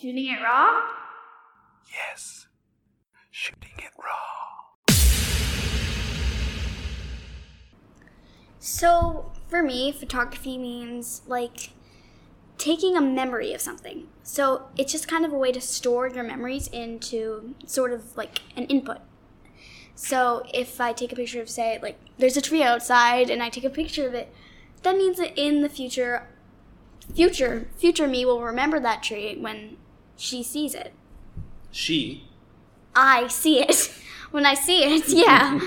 Shooting it raw? Yes, shooting it raw. So, for me, photography means like taking a memory of something. So, it's just kind of a way to store your memories into sort of like an input. So, if I take a picture of, say, like there's a tree outside and I take a picture of it, that means that in the future, future, future me will remember that tree when she sees it. She. I see it. When I see it, yeah.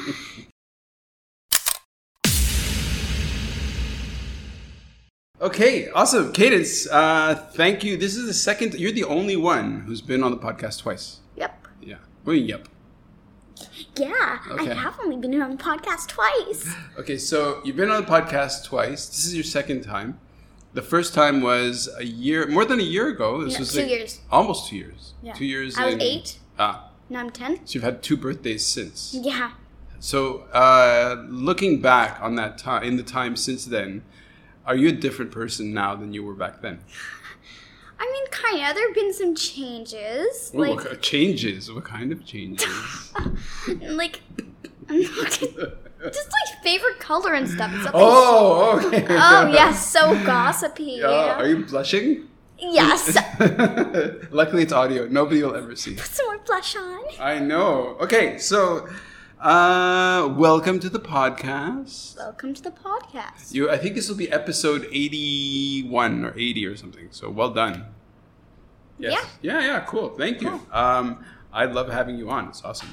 Okay, awesome. Cadence, uh, thank you. This is the second, you're the only one who's been on the podcast twice. yep. Yeah. Well, yep. Yeah, Okay. I have only been on the podcast twice. Okay, so you've been on the podcast twice. This is your second time. The first time was a year, more than a year ago. This No, was two years. Almost two years. Yeah. Two years. I was in- eight. Ah, Now I'm ten. so you've had two birthdays since. Yeah. So, uh, looking back on that time, in the time since then, are you a different person now than you were back then? I mean, kinda. There have been some changes. Ooh, like, what ki- changes? What kind of changes? like, I'm not gonna- just like favorite color and stuff. Something- oh, okay. Oh yes, so gossipy. Yeah, Are you blushing? yes. Luckily, it's audio. Nobody will ever see. Put some more blush on. I know. Okay, so uh, welcome to the podcast. Welcome to the podcast. You, I think this will be episode eighty-one or eighty or something. So well done. Yeah. Yeah. Yeah. Cool. Thank you. Um, I love having you on. It's awesome.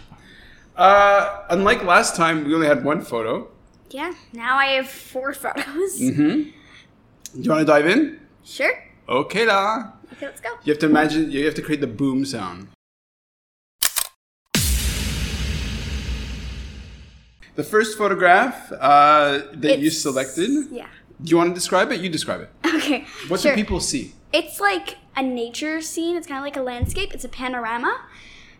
Uh, unlike last time, we only had one photo. Yeah. Now I have four photos. Mm-hmm. Do you want to dive in? Sure. Okay, da. Okay, let's go. You have to imagine. You have to create the boom sound. The first photograph uh, that you It's- selected. Do Yeah. you want to describe it? You describe it. Okay. What sure. do people see? it's like a nature scene. It's kind of like a landscape. It's a panorama.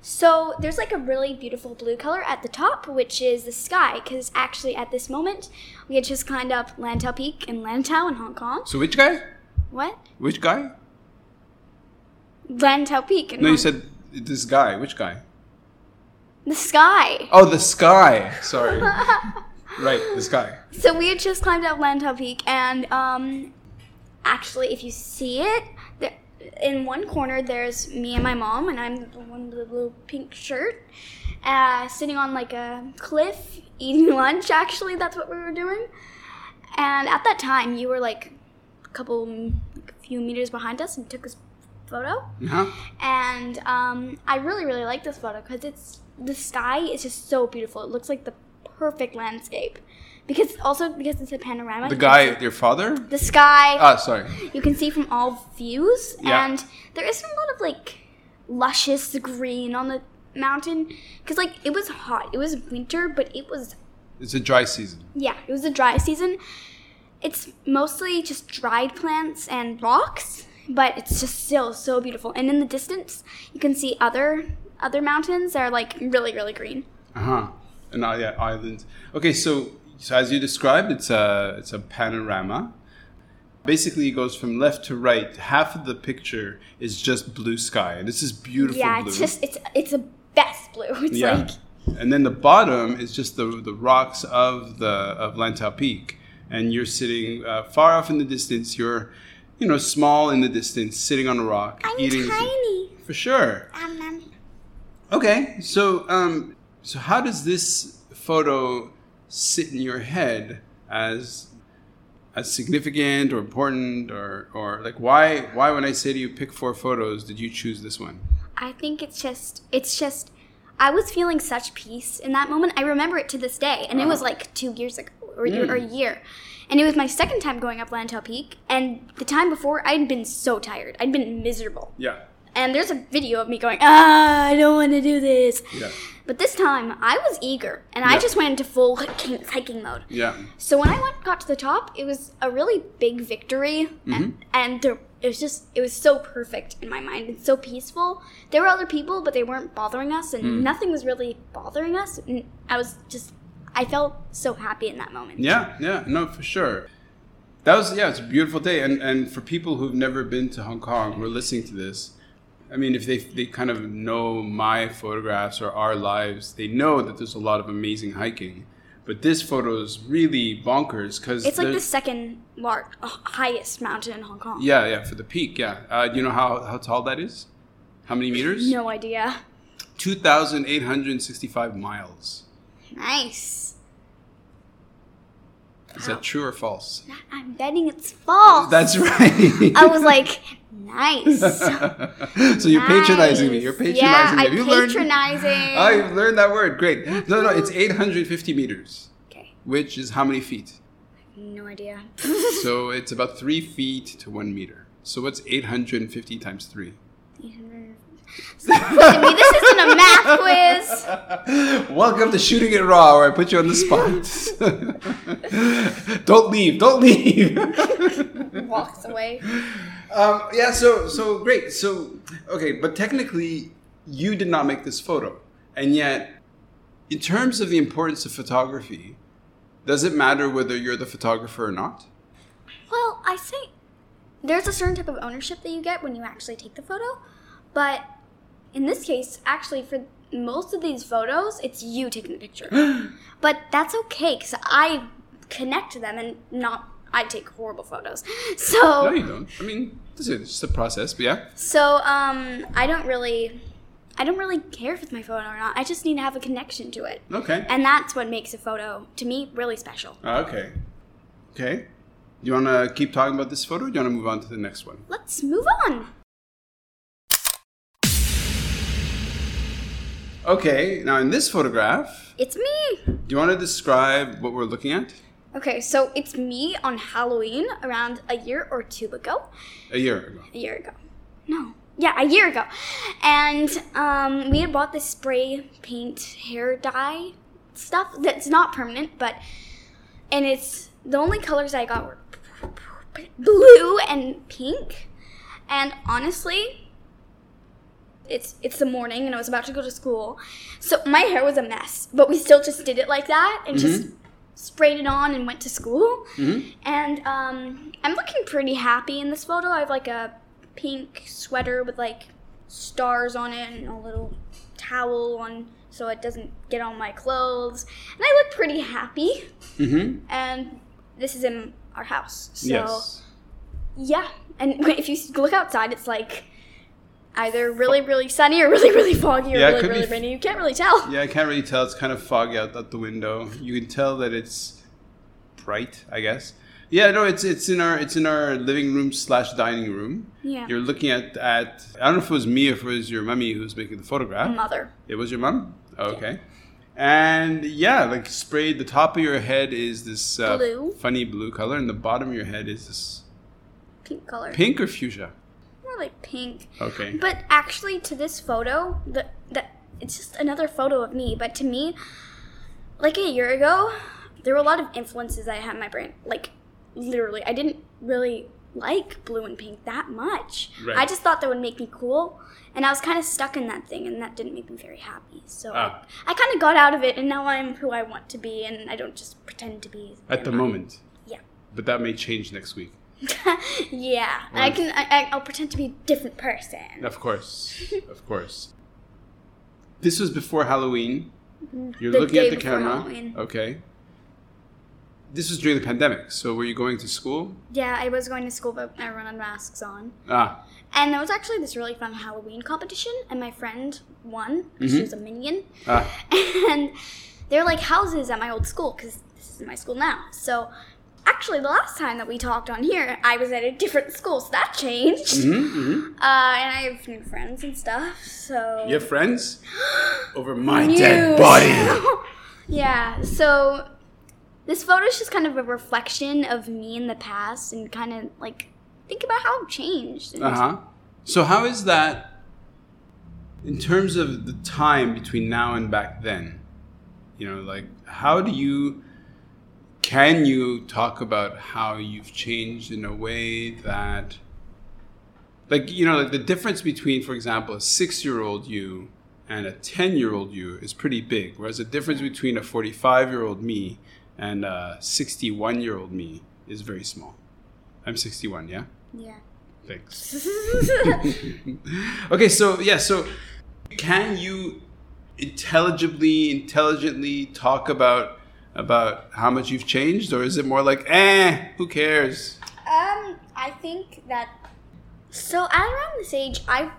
So there's like a really beautiful blue color at the top, which is the sky, because actually at this moment we had just climbed up Lantau Peak in Lantau in Hong Kong. So which guy? What? Which guy? Lantau Peak in No, Hong you said this guy. Which guy? the sky. Oh, the sky. Sorry. Oh. right, the sky. So we had just climbed up Lantau Peak, and um, actually, if you see it, there, in one corner there's me and my mom, and I'm the one with the little pink shirt, uh, sitting on like a cliff eating lunch. Actually, that's what we were doing. And at that time, you were like a couple, like, a few meters behind us, and took this photo. Uh-huh. And um, I really, really like this photo because it's the sky is just so beautiful. It looks like the perfect landscape because also because it's a panorama. The guy, your father? the sky Ah, sorry. you can see from all views, Yeah. and there isn't a lot of like luscious green on the mountain because like it was hot. It was winter, but it was It's a dry season. yeah, it was a dry season. It's mostly just dried plants and rocks, but it's just still so beautiful. And in the distance, you can see other other mountains that are like really really green. Uh huh. An i- yeah, island. Okay, so so as you described, it's a it's a panorama. Basically, it goes from left to right. Half of the picture is just blue sky, and this is beautiful yeah, blue. it's just it's it's a best blue. It's yeah. like and then the bottom is just the the rocks of the of Lantau Peak, and you're sitting uh, far off in the distance. You're, you know, small in the distance, sitting on a rock, I'm eating tiny. for sure. Um, um, Okay, so um, so how does this photo sit in your head as as significant or important or or like why why when I say to you pick four photos did you choose this one? I think it's just it's just I was feeling such peace in that moment. I remember it to this day, and it Uh-huh. was like two years ago or, Mm. or a year. And it was my second time going up Lantau Peak, and the time before I'd been so tired, I'd been miserable. Yeah, And there's a video of me going, ah, I don't want to do this. yeah, But this time I was eager, and I Yeah. just went into full hiking, hiking mode. yeah. So when I went, got to the top, it was a really big victory, Mm-hmm. and, and there, it was just it was so perfect in my mind and so peaceful. There were other people, but they weren't bothering us, and Mm. nothing was really bothering us. And I was just I felt so happy in that moment. Yeah, yeah, no, for sure. That was yeah, it's a beautiful day, and and for people who've never been to Hong Kong who are listening to this, I mean, if they they kind of know my photographs or our lives, they know that there's a lot of amazing hiking. But this photo is really bonkers because It's like the second lar- highest mountain in Hong Kong. yeah yeah for the peak yeah. Uh, do you know how how tall that is? How many meters? No idea. Two thousand eight hundred sixty-five miles. Nice. Is that true or false? I'm betting it's false. That's right. I was like, nice. so you're patronizing me. You're Nice. patronizing yeah, me. I'm Have you learned? patronizing. Oh, you've learned that word. Great. No, no, it's 850 meters, okay, which is how many feet? no idea. So it's about three feet to one meter. So what's 850 times three? I mean, this isn't a math quiz. Welcome to Shooting It Raw, where I put you on the spot. don't leave. Don't leave. Walks away. Um, yeah, so so great. So okay, but technically you did not make this photo. And yet in terms of the importance of photography, does it matter whether you're the photographer or not? Well, I say there's a certain type of ownership that you get when you actually take the photo, but in this case, actually, for most of these photos, it's you taking the picture. but that's okay because I connect to them and not I take horrible photos. So No, you don't. I mean, this is just a process, but yeah. So um, I don't really, I don't really care if it's my photo or not. I just need to have a connection to it, Okay. and that's what makes a photo to me really special. Ah, okay. Okay. Do you want to keep talking about this photo? Or do you want to move on to the next one? Let's move on. Okay. Now, in this photograph, It's me. do you want to describe what we're looking at? Okay, so it's me on Halloween around a year or two ago. A year ago. A year ago. No. Yeah, a year ago. And um, we had bought this spray paint hair dye stuff that's not permanent, but. And it's. The only colors I got were blue and pink. And honestly, it's it's the morning and I was about to go to school. So my hair was a mess, but we still just did it like that and just sprayed it on and went to school. Mm-hmm. And um, I'm looking pretty happy in this photo. I have like a pink sweater with like stars on it and a little towel on so it doesn't get on my clothes. And I look pretty happy. Mm-hmm. And this is in our house. So yes. yeah. And if you s- look outside, it's like either really, really sunny or really, really foggy or Yeah, it really, could be really f- rainy. You can't really tell. Yeah, I can't really tell. It's kind of foggy out, out the window. You can tell that it's bright, I guess. Yeah, no, it's it's in our it's in our living room slash dining room. Yeah. You're looking at at I don't know if it was me or if it was your mummy who was making the photograph. Mother. It was your mum. Okay. And yeah, like sprayed. The top of your head is this uh, Blue. funny blue color, and the bottom of your head is this Pink color. pink or fuchsia. More like pink. Okay. But actually, to this photo, the that it's just another photo of me. But to me, like a year ago, there were a lot of influences I had in my brain. Like literally, I didn't really like blue and pink that much. Right. I just thought that would make me cool, and I was kind of stuck in that thing, and that didn't make me very happy. So Ah. I, I kind of got out of it, and now I'm who I want to be, and I don't just pretend to be. At the am I. moment, Yeah. but that may change next week. yeah, and I Right. can. I, I- I'll pretend to be a different person. Of course, of course. This was before Halloween. Mm-hmm. You're the looking at day the before camera. Halloween. Okay. This was during the pandemic, so were you going to school? Yeah, I was going to school, but everyone had masks on. Ah, And there was actually this really fun Halloween competition, and my friend won. 'cause Mm-hmm. She was a minion. ah, And they're like houses at my old school, because this is my school now. So actually, the last time that we talked on here, I was at a different school, so that changed. mm-hmm. Uh, and I have new friends and stuff, so. You have friends over my New. dead body. yeah, so this photo is just kind of a reflection of me in the past and kind of like think about how I've changed. and Uh huh. So how is that in terms of the time between now and back then? You know, like how do you can you talk about how you've changed in a way that like you know like the difference between for example a 6-year-old you and a 10-year-old you is pretty big whereas the difference between a 45-year-old me and a 61-year-old me is very small. I'm 61, yeah. Yeah. Thanks. okay, so yeah, so can you intelligibly, intelligently talk about about how much you've changed, or is it more like, eh, who cares? Um, I think that so at around this age, I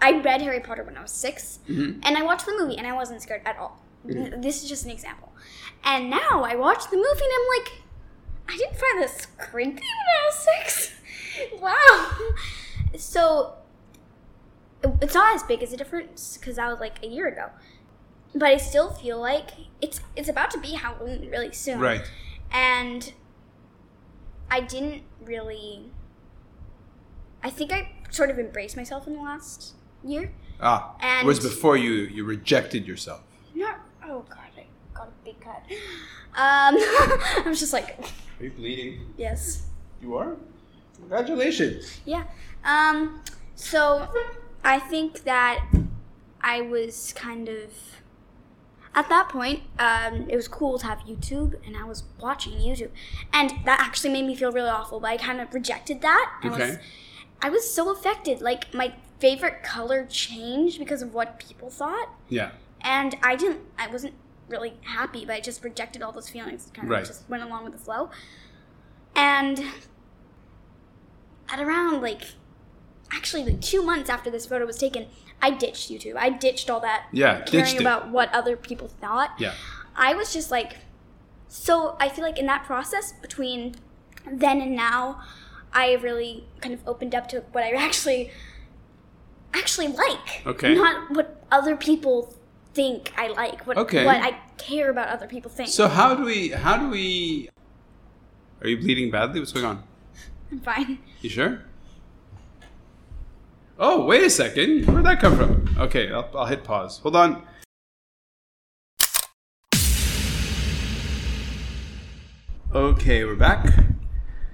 I read Harry Potter when I was 6 Mhm. and I watched the movie, and I wasn't scared at all. Th- This is just an example. And now I watch the movie, and I'm like, I didn't find this creepy when I was six. wow. So it- it's not as big as a difference because that was like a year ago, but I still feel like it's it's about to be Halloween really soon Right. and I didn't really. I think I sort of embraced myself in the last year. Ah, And- whereas before you you rejected yourself. Not. Oh god, I got a big cut. Um, I was just like, Are you bleeding? yes, You are. Congratulations. yeah. Um, so I think that I was kind of. At that point, um, it was cool to have YouTube, and I was watching YouTube, and that actually made me feel really awful. But I kind of rejected that. and was Okay. I was so affected. Like my favorite color changed because of what people thought, Yeah. and I didn't. I wasn't really happy, but I just rejected all those feelings. Kind of Right. just went along with the flow. And at around like, actually, like two months after this photo was taken, I ditched YouTube. I ditched all that Yeah. caring ditched it. about what other people thought. Yeah. I was just like, so I feel like in that process between then and now, I really kind of opened up to what I actually actually like. Okay. Not what other people think I like. What Okay. what I care about other people think. So how do we? How do we? Are you bleeding badly? What's going on? I'm fine. You sure? Oh, wait a second. Where'd that come from? Okay, I'll, I'll hit pause. Hold on. Okay, we're back.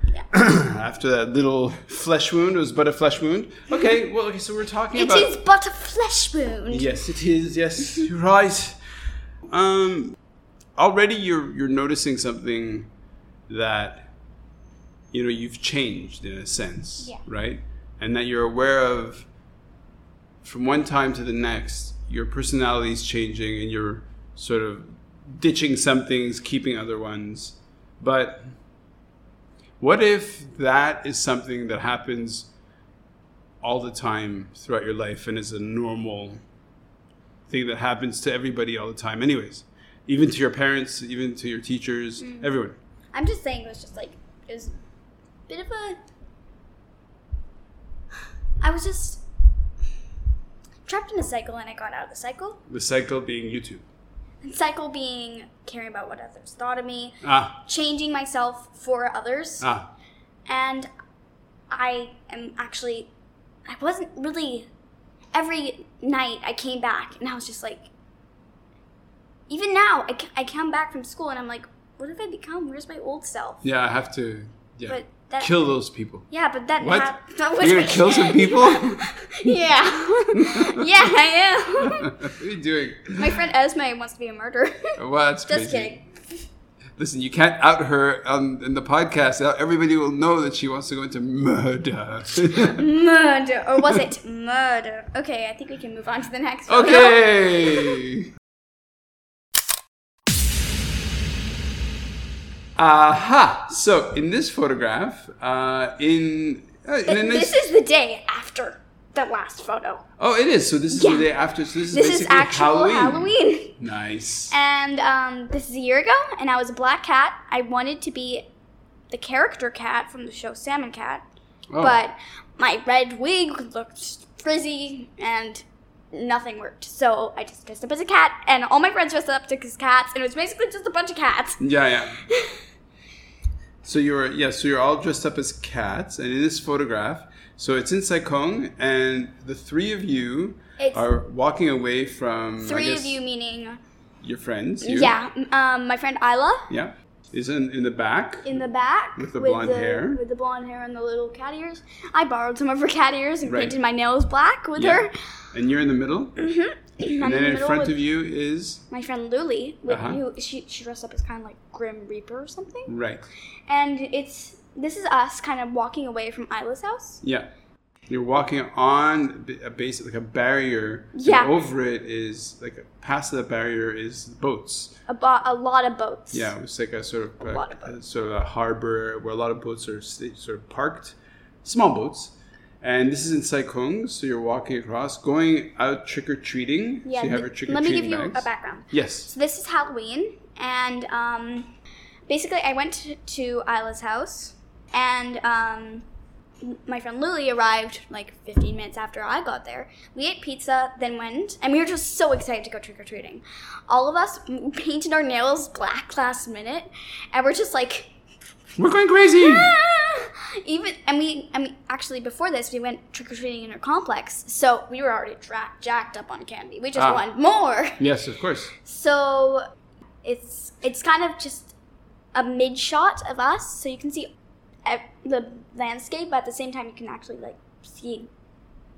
Yeah. After that little flesh wound, it was but a flesh wound. Okay, well, okay, so we're talking It about. is but a flesh wound. Yes, it is. Yes, you're right. Um, already you're you're noticing something that you know you've changed in a sense, Yeah. right? And that you're aware of from one time to the next. Your personality's changing, and you're sort of ditching some things, keeping other ones. But what if that is something that happens all the time throughout your life and is a normal thing that happens to everybody all the time, anyways? Even to your parents, even to your teachers, everyone. I'm just saying it was just like it was a bit of a I was just trapped in a cycle and I got out of the cycle. The cycle being YouTube. And cycle being caring about what others thought of me, Ah, changing myself for others. ah, And I am actually I wasn't really every night I came back and I was just like even now I, c- I come back from school and I'm like what have I become? Where's my old self? yeah. I have to, yeah, But that kill those people. Yeah, but that What? hap- that You're gonna kill some people? yeah, yeah, I am. what are you doing? My friend Esme wants to be a murderer. Well, that's Just Oh, crazy. kidding. Listen, you can't out her on, in the podcast. Uh, Everybody will know that she wants to go into murder. Murder, or was it murder? Okay, I think we can move on to the next. one. okay. Aha! So in this photograph, uh, in uh, in a nice, this is the day after the last photo. oh, it is. So this is Yeah. the day after. So this is This is basically actual Halloween. Halloween, Nice. and um, this is a year ago, and I was a black cat. I wanted to be the character cat from the show Salmon Cat. Oh, but my red wig looked frizzy and nothing worked. So I just dressed up as a cat, and all my friends dressed up as cats, and it was basically just a bunch of cats. yeah, yeah. So you're yeah, so you're all dressed up as cats, and in this photograph, so it's in Saikong, and the three of you It's are walking away from I three of guess, you, meaning your friends. You? yeah, um, my friend Isla yeah, is in in the back. in the back With the blonde hair. with the blonde hair and the little cat ears. I borrowed some of her cat ears and Right. painted my nails black with Yeah. her. And you're in the middle. And, And then in front with of you is my friend Luli, with Uh-huh. who she she dressed up as kind of like Grim Reaper or something. right. And it's this is us kind of walking away from Isla's house. Yeah. You're walking on a base like a barrier. and Yeah. over it is like past that barrier is boats. A, bo- a lot of boats. Yeah, it's like a sort of A a, lot of a sort of a harbor where a lot of boats are sta- sort of parked, small boats. And this is in Sai Kung, so you're walking across, going out trick or treating. Yeah. so you th- have your trick or let me treating give you bags. a background. Yes. So this is Halloween, and um, basically, I went to, to Isla's house, and um, my friend Lily arrived like 15 minutes after I got there. We ate pizza, then went, and we were just so excited to go trick or treating. All of us m- painted our nails black last minute, and we're just like, We're going crazy. "Ah!" even and we and we actually before this we went trick or treating in her complex, so we were already dra- jacked up on candy. We just Ah. want more. yes, of course. So it's it's kind of just a mid shot of us, so you can see ev- the landscape, but at the same time you can actually like see.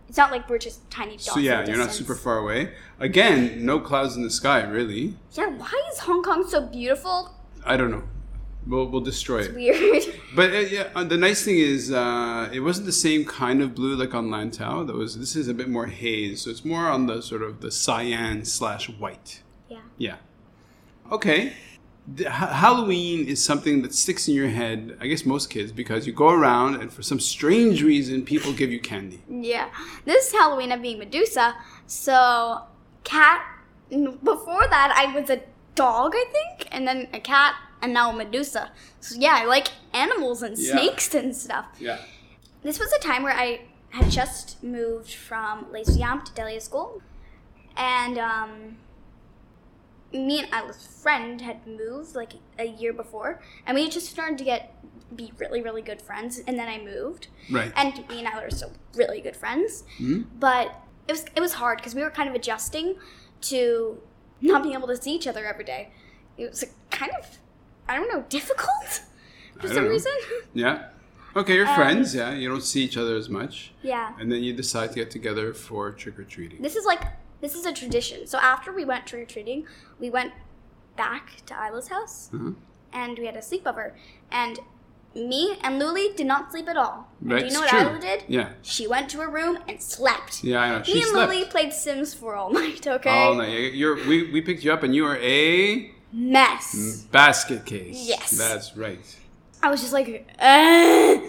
It's not like we're just tiny dots. So in yeah, the you're not distance. super far away. Again, no clouds in the sky, really. Yeah, why is Hong Kong so beautiful? I don't know. We'll, we'll destroy It's it. weird. But uh, yeah, uh, the nice thing is, uh, it wasn't the same kind of blue like on Lantau. That was this is a bit more haze, so it's more on the sort of the cyan slash white. yeah. Yeah. Okay. The, ha- Halloween is something that sticks in your head. I guess most kids because you go around and for some strange reason people give you candy. Yeah. This is Halloween I'm being Medusa, so cat before that I was a dog, I think, and then a cat and now Medusa. So yeah, I like animals and Yeah. snakes and stuff. Yeah. This was a time where I had just moved from Les Yamp to Delia School, and um, me and Isla's friend had moved like a year before, and we had just started to get be really really good friends. And then I moved, Right. and me and Isla are still really good friends, Mhm. but it was it was hard because we were kind of adjusting to Hmm? not being able to see each other every day. It was like, kind of I don't know difficult for I some don't know. reason. Yeah. Okay, you're Um, friends. Yeah, you don't see each other as much, yeah. and then you decide to get together for trick or treating. This is like this is a tradition. So after we went trick or treating, we went back to Isla's house Uh-huh. and we had a sleepover. And me and Luli did not sleep at all. And Do you know what Isla did? Yeah. She went to her room and slept. Yeah, I know. She me and slept Lily played Sims for all night. Okay. all night. You- Oh, You're, we, we picked you up, and you were a Mm. Mess. basket case. Yes. That's right. I was just like, "Ugh."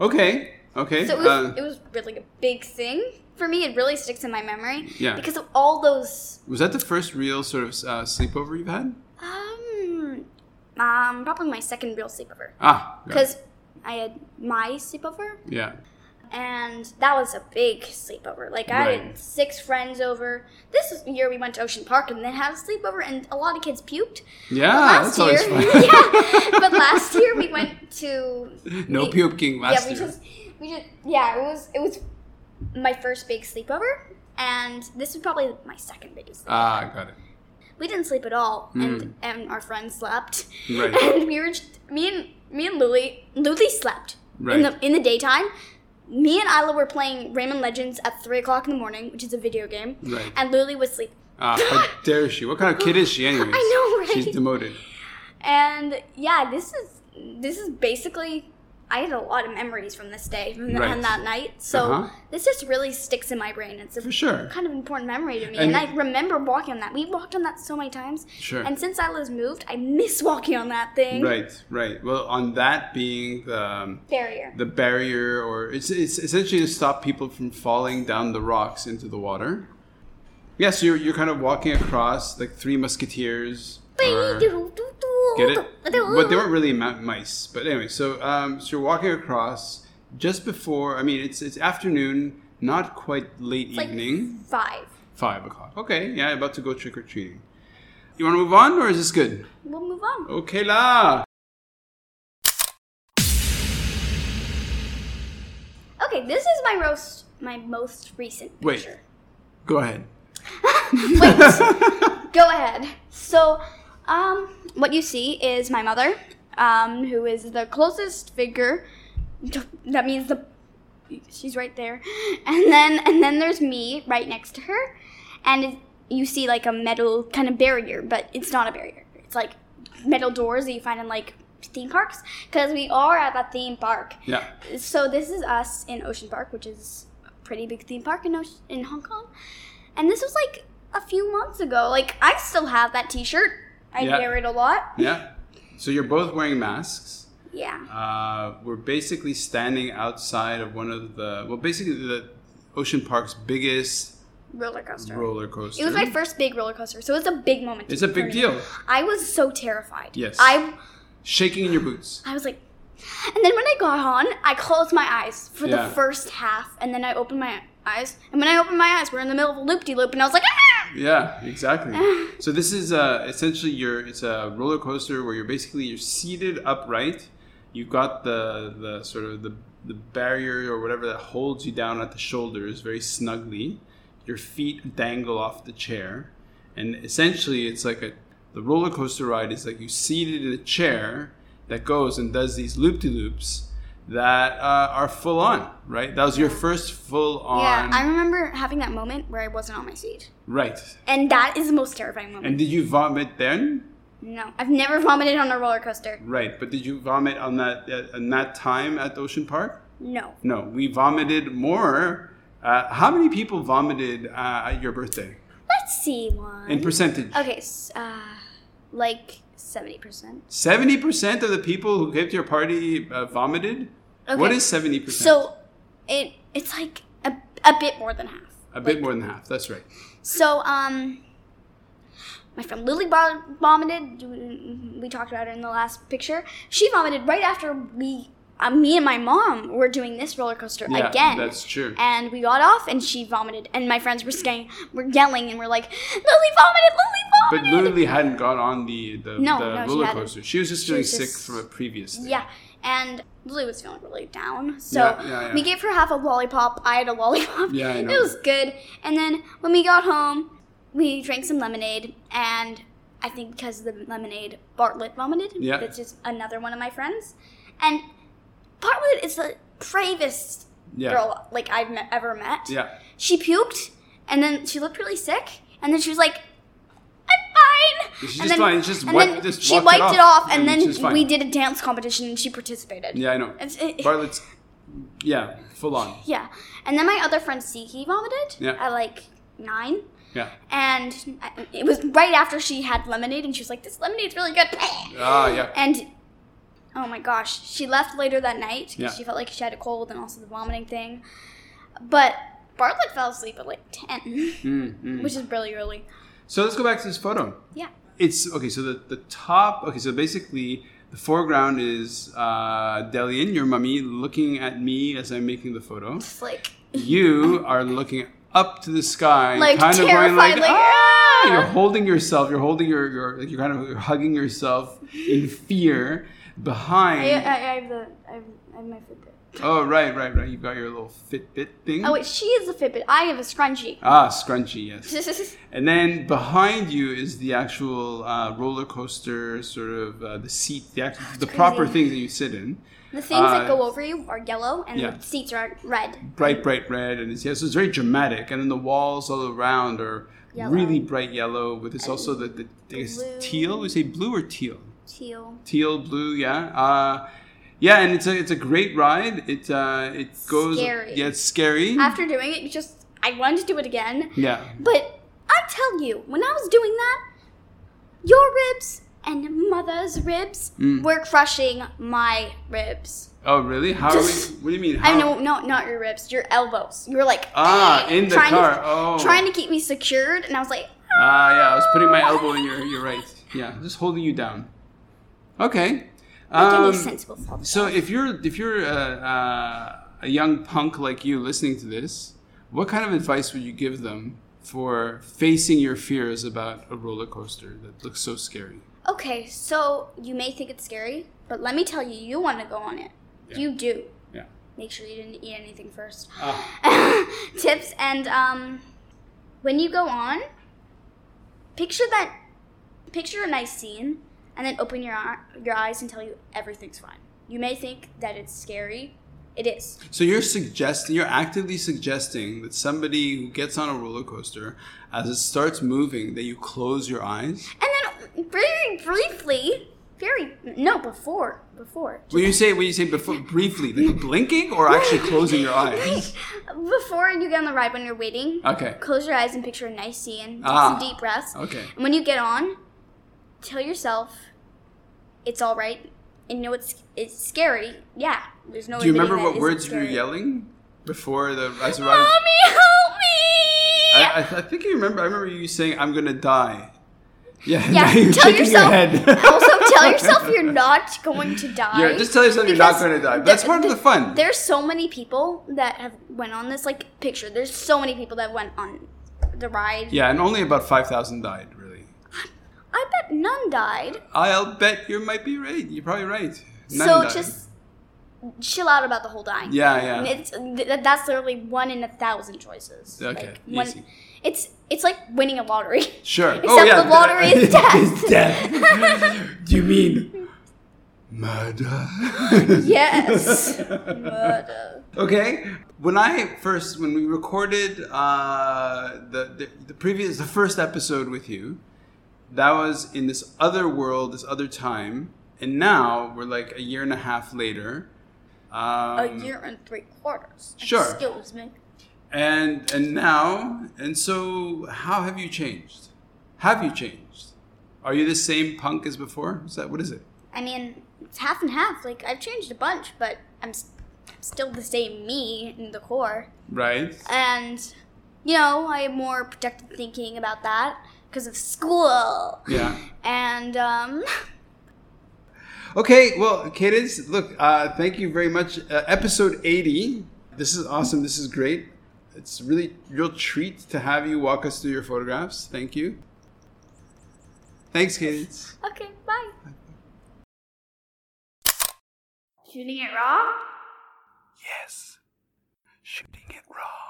Okay. Okay. so it was, uh, it was really a big thing for me. It really sticks in my memory Yeah. because of all those. was that the first real sort of uh, sleepover you've had? Um, um, probably my second real sleepover. Ah. got it. because I had my sleepover, Yeah. and that was a big sleepover. Like I Right. had six friends over. This year we went to Ocean Park and then had a sleepover, and a lot of kids puked. Yeah. last Ah, that's always year, fun. yeah, but last year we went to no we- puking last yeah, we year. just we just yeah, it was it was my first big sleepover, and this was probably my second biggest. ah, got it. We didn't sleep at all, Mm. and and our friends slept. Right. and we were just, me and me and Lily Lily slept Right. in the in the daytime. Me and Isla were playing Rayman Legends at three o'clock in the morning, which is a video game, Right. and Lily was asleep. Ah, how dare she? What kind of kid is she, anyways? I know, right? She's demoted. and yeah, this is this is basically. I had a lot of memories from this day from th- Right. on that night, so Uh-huh. this just really sticks in my brain. It's a For sure. kind of important memory to me, And- and, I remember walking on that. We walked on that so many times, Sure. and since Isla's moved, I miss walking on that thing. Right, right. Well, on that being the um, barrier. the barrier, or it's it's essentially to stop people from falling down the rocks into the water. Yeah, so you're, you're kind of walking across like three musketeers. or- get it? But they weren't really ma- mice. But anyway, so um, so you're walking across just before. I mean, it's it's afternoon, not quite late like- evening, five. five o'clock. Okay, yeah, about to go trick or treating. You want to move on, or is this good? We'll move on. Okay, la. Okay, this is my roast, my most recent Oh. Wait. picture. Go ahead. Wait, go ahead. So, um, what you see is my mother, um, who is the closest figure. That means the she's right there, and then and then there's me right next to her, and it, you see like a metal kind of barrier, but it's not a barrier. It's like metal doors that you find in like theme parks because we are at a theme park. Yeah. So this is us in Ocean Park, which is pretty big theme park in, Osh- in Hong Kong. And this was like a few months ago. Like, I still have that t shirt. I Yeah. wear it a lot. Yeah. So you're both wearing masks. Yeah. Uh, we're basically standing outside of one of the well, basically the Ocean Park's biggest Roller coaster. roller coaster. It was my first big roller coaster, so it's a big moment. It's a big for me. deal. I was so terrified. Yes. I Shaking in your boots. I was like, and then when I got on, I closed my eyes for Yeah. the first half, and then I opened my eyes, and when I opened my eyes, we're in the middle of a loop de loop, and I was like, ah! Yeah, exactly. so this is uh, essentially your it's a roller coaster where you're basically you're seated upright. You've got the the sort of the the barrier or whatever that holds you down at the shoulders very snugly. Your feet dangle off the chair, and essentially it's like a the roller coaster ride is like you seated in a chair that goes and does these loop de loops that uh, are full on. Right, that was your first full on. Yeah, I remember having that moment where I wasn't on my seat, right. and that is the most terrifying moment. And did you vomit then? no, I've never vomited on a roller coaster. Right, but did you vomit on that uh, on that time at Ocean Park? No, No, we vomited more. Uh, how many people vomited uh, at your birthday let's see one. in percentage? okay, s uh, like seventy percent. Seventy percent of the people who came to your party uh, vomited. Okay. What is seventy percent? So, it it's like a, a bit more than half. a bit more than half. That's right. So, um, my friend Lily bo- vomited. We talked about her in the last picture. She vomited right after we, uh, me and my mom were doing this roller coaster Yeah, again. that's true. And we got off, and she vomited. And my friends were saying, were yelling, and we're like, "Lily vomited! But Lily vomited!" Lily hadn't got on the the, No, the no, she roller hadn't. coaster. She was just She feeling was sick just- from a previous. Thing. yeah, and Lily was feeling really down, so Yeah, yeah, yeah. we gave her half a lollipop. I had a lollipop. Yeah, I know. It was good. And then when we got home, we drank some lemonade, and I think because of the lemonade, Bartlett vomited. Yeah. That's just another one of my friends. And Bartlett is the bravest Yeah. girl like I've met, ever met. Yeah. She puked, and then she looked really sick, and then she was like, "I'm fine." She's and just then, fine. She just and wiped- then just she walked it wiped off, it off, and and then she's fine. we did a dance competition, and she participated. Yeah, I know. It's- it- Bartlett's. Yeah, full on. yeah. And then my other friend Siki vomited Yeah. at like nine. Yeah. And I- it was right after she had lemonade, and she was like, "This lemonade's really good." Ah, yeah. And oh my gosh, she left later that night because Yeah. she felt like she had a cold and also the vomiting thing. But Bartlett fell asleep at like ten, Mm, mm. which is really early. So let's go back to this photo. Yeah. It's okay. So the, the top. Okay. So basically, the foreground is uh, Delian, your mummy, looking at me as I'm making the photo. It's like You are looking up to the sky, Like, kind of going terrified, like, like, ah! "Ah!" You're holding yourself. You're holding your, your like you're kind of you're hugging yourself in fear behind. I, uh, I, I have the I have, I have my Fitbit. oh right, right, right. You've got your little Fitbit thing. Oh wait, she is a Fitbit. I have a scrunchie. Ah, scrunchy. Yes. And then behind you is the actual uh, roller coaster, sort of uh, the seat, the, act- the proper crazy. thing that you sit in. The things Uh, that go over you are yellow, and yeah. the seats are red. Bright, bright red, and it's, yeah, so it's very dramatic. And then the walls all around are Yellow. really bright yellow, with it's also the, the, the it's blue. teal. We say blue or teal? Teal. Teal, blue, yeah. Uh, yeah, and it's a it's a great ride. It uh, it goes Scary. yeah, it's scary. After doing it, you just I wanted to do it again, yeah, but I tell you, when I was doing that, your ribs and mother's ribs Mm. were crushing my ribs. Oh really? How are we? What do you mean? How? I know, no, not your ribs, your elbows. You were like Ah, in the trying car. to, oh, trying to keep me secured, and I was like, Ah, yeah, I was putting my elbow in your, your right. Yeah, just holding you down. Okay. making Um, these sensible thoughts. so if you're if you're uh, uh, a young punk like you listening to this, what kind of advice would you give them for facing your fears about a roller coaster that looks so scary? Okay, so you may think it's scary, but let me tell you, you want to go on it. Yeah. You do. Yeah. Make sure you didn't eat anything first. Ah, Tips and um, when you go on, picture that, picture a nice scene, and then open your eye- your eyes and tell you everything's fine. You may think that it's scary. It is. so you're suggesting you're actively suggesting that somebody who gets on a roller coaster as it starts moving that you close your eyes. And then very briefly, Very no before before When you say when you say before briefly, like blinking or actually closing your eyes. before you get on the ride when you're waiting. Okay. Close your eyes and picture a nice scene. Take Ah. some deep breaths. Okay. And when you get on, tell yourself it's all right. And you know it's it's scary. Yeah, there's no. Do you admitting remember that Oh, what it's words you were scary. yelling before the as Mommy, arrived? help me! I, I, I think you remember. I remember you saying, "I'm gonna die." Yeah. yeah, you're tell shaking yourself. Your head. also, tell yourself you're not going to die. Yeah, just tell yourself you're not because going to die. But the- that's part of the fun. There's so many people that have went on this like picture. There's so many people that went on the ride. Yeah, and only about 5,000 died, really. I bet none died. I'll bet you might be right. You're probably right. None so died. just chill out about the whole dying. Yeah, And yeah. It's th- that's literally one in a thousand choices. Okay, Like, one- easy. It's it's like winning a lottery. Sure. oh, Except yeah. the lottery is death. It's death. Do you mean murder? yes. uh, Murder. Okay. When I first, when we recorded uh, the, the the previous, the first episode with you, that was in this other world, this other time, and now we're like a year and a half later. Um, a year and three quarters. Sure. Excuse me. and and now and so how have you changed have you changed are you the same punk as before is that what is it I mean, it's half and half. Like I've changed a bunch, but I'm, s- I'm still the same me in the core. right And you know, I have more protective thinking about that because of school. yeah And um, okay well cadence look uh, thank you very much uh, episode 80 this is awesome this is great it's really real treat to have you walk us through your photographs thank you thanks cadence okay, bye. Shooting it raw. Yes. Shooting it raw.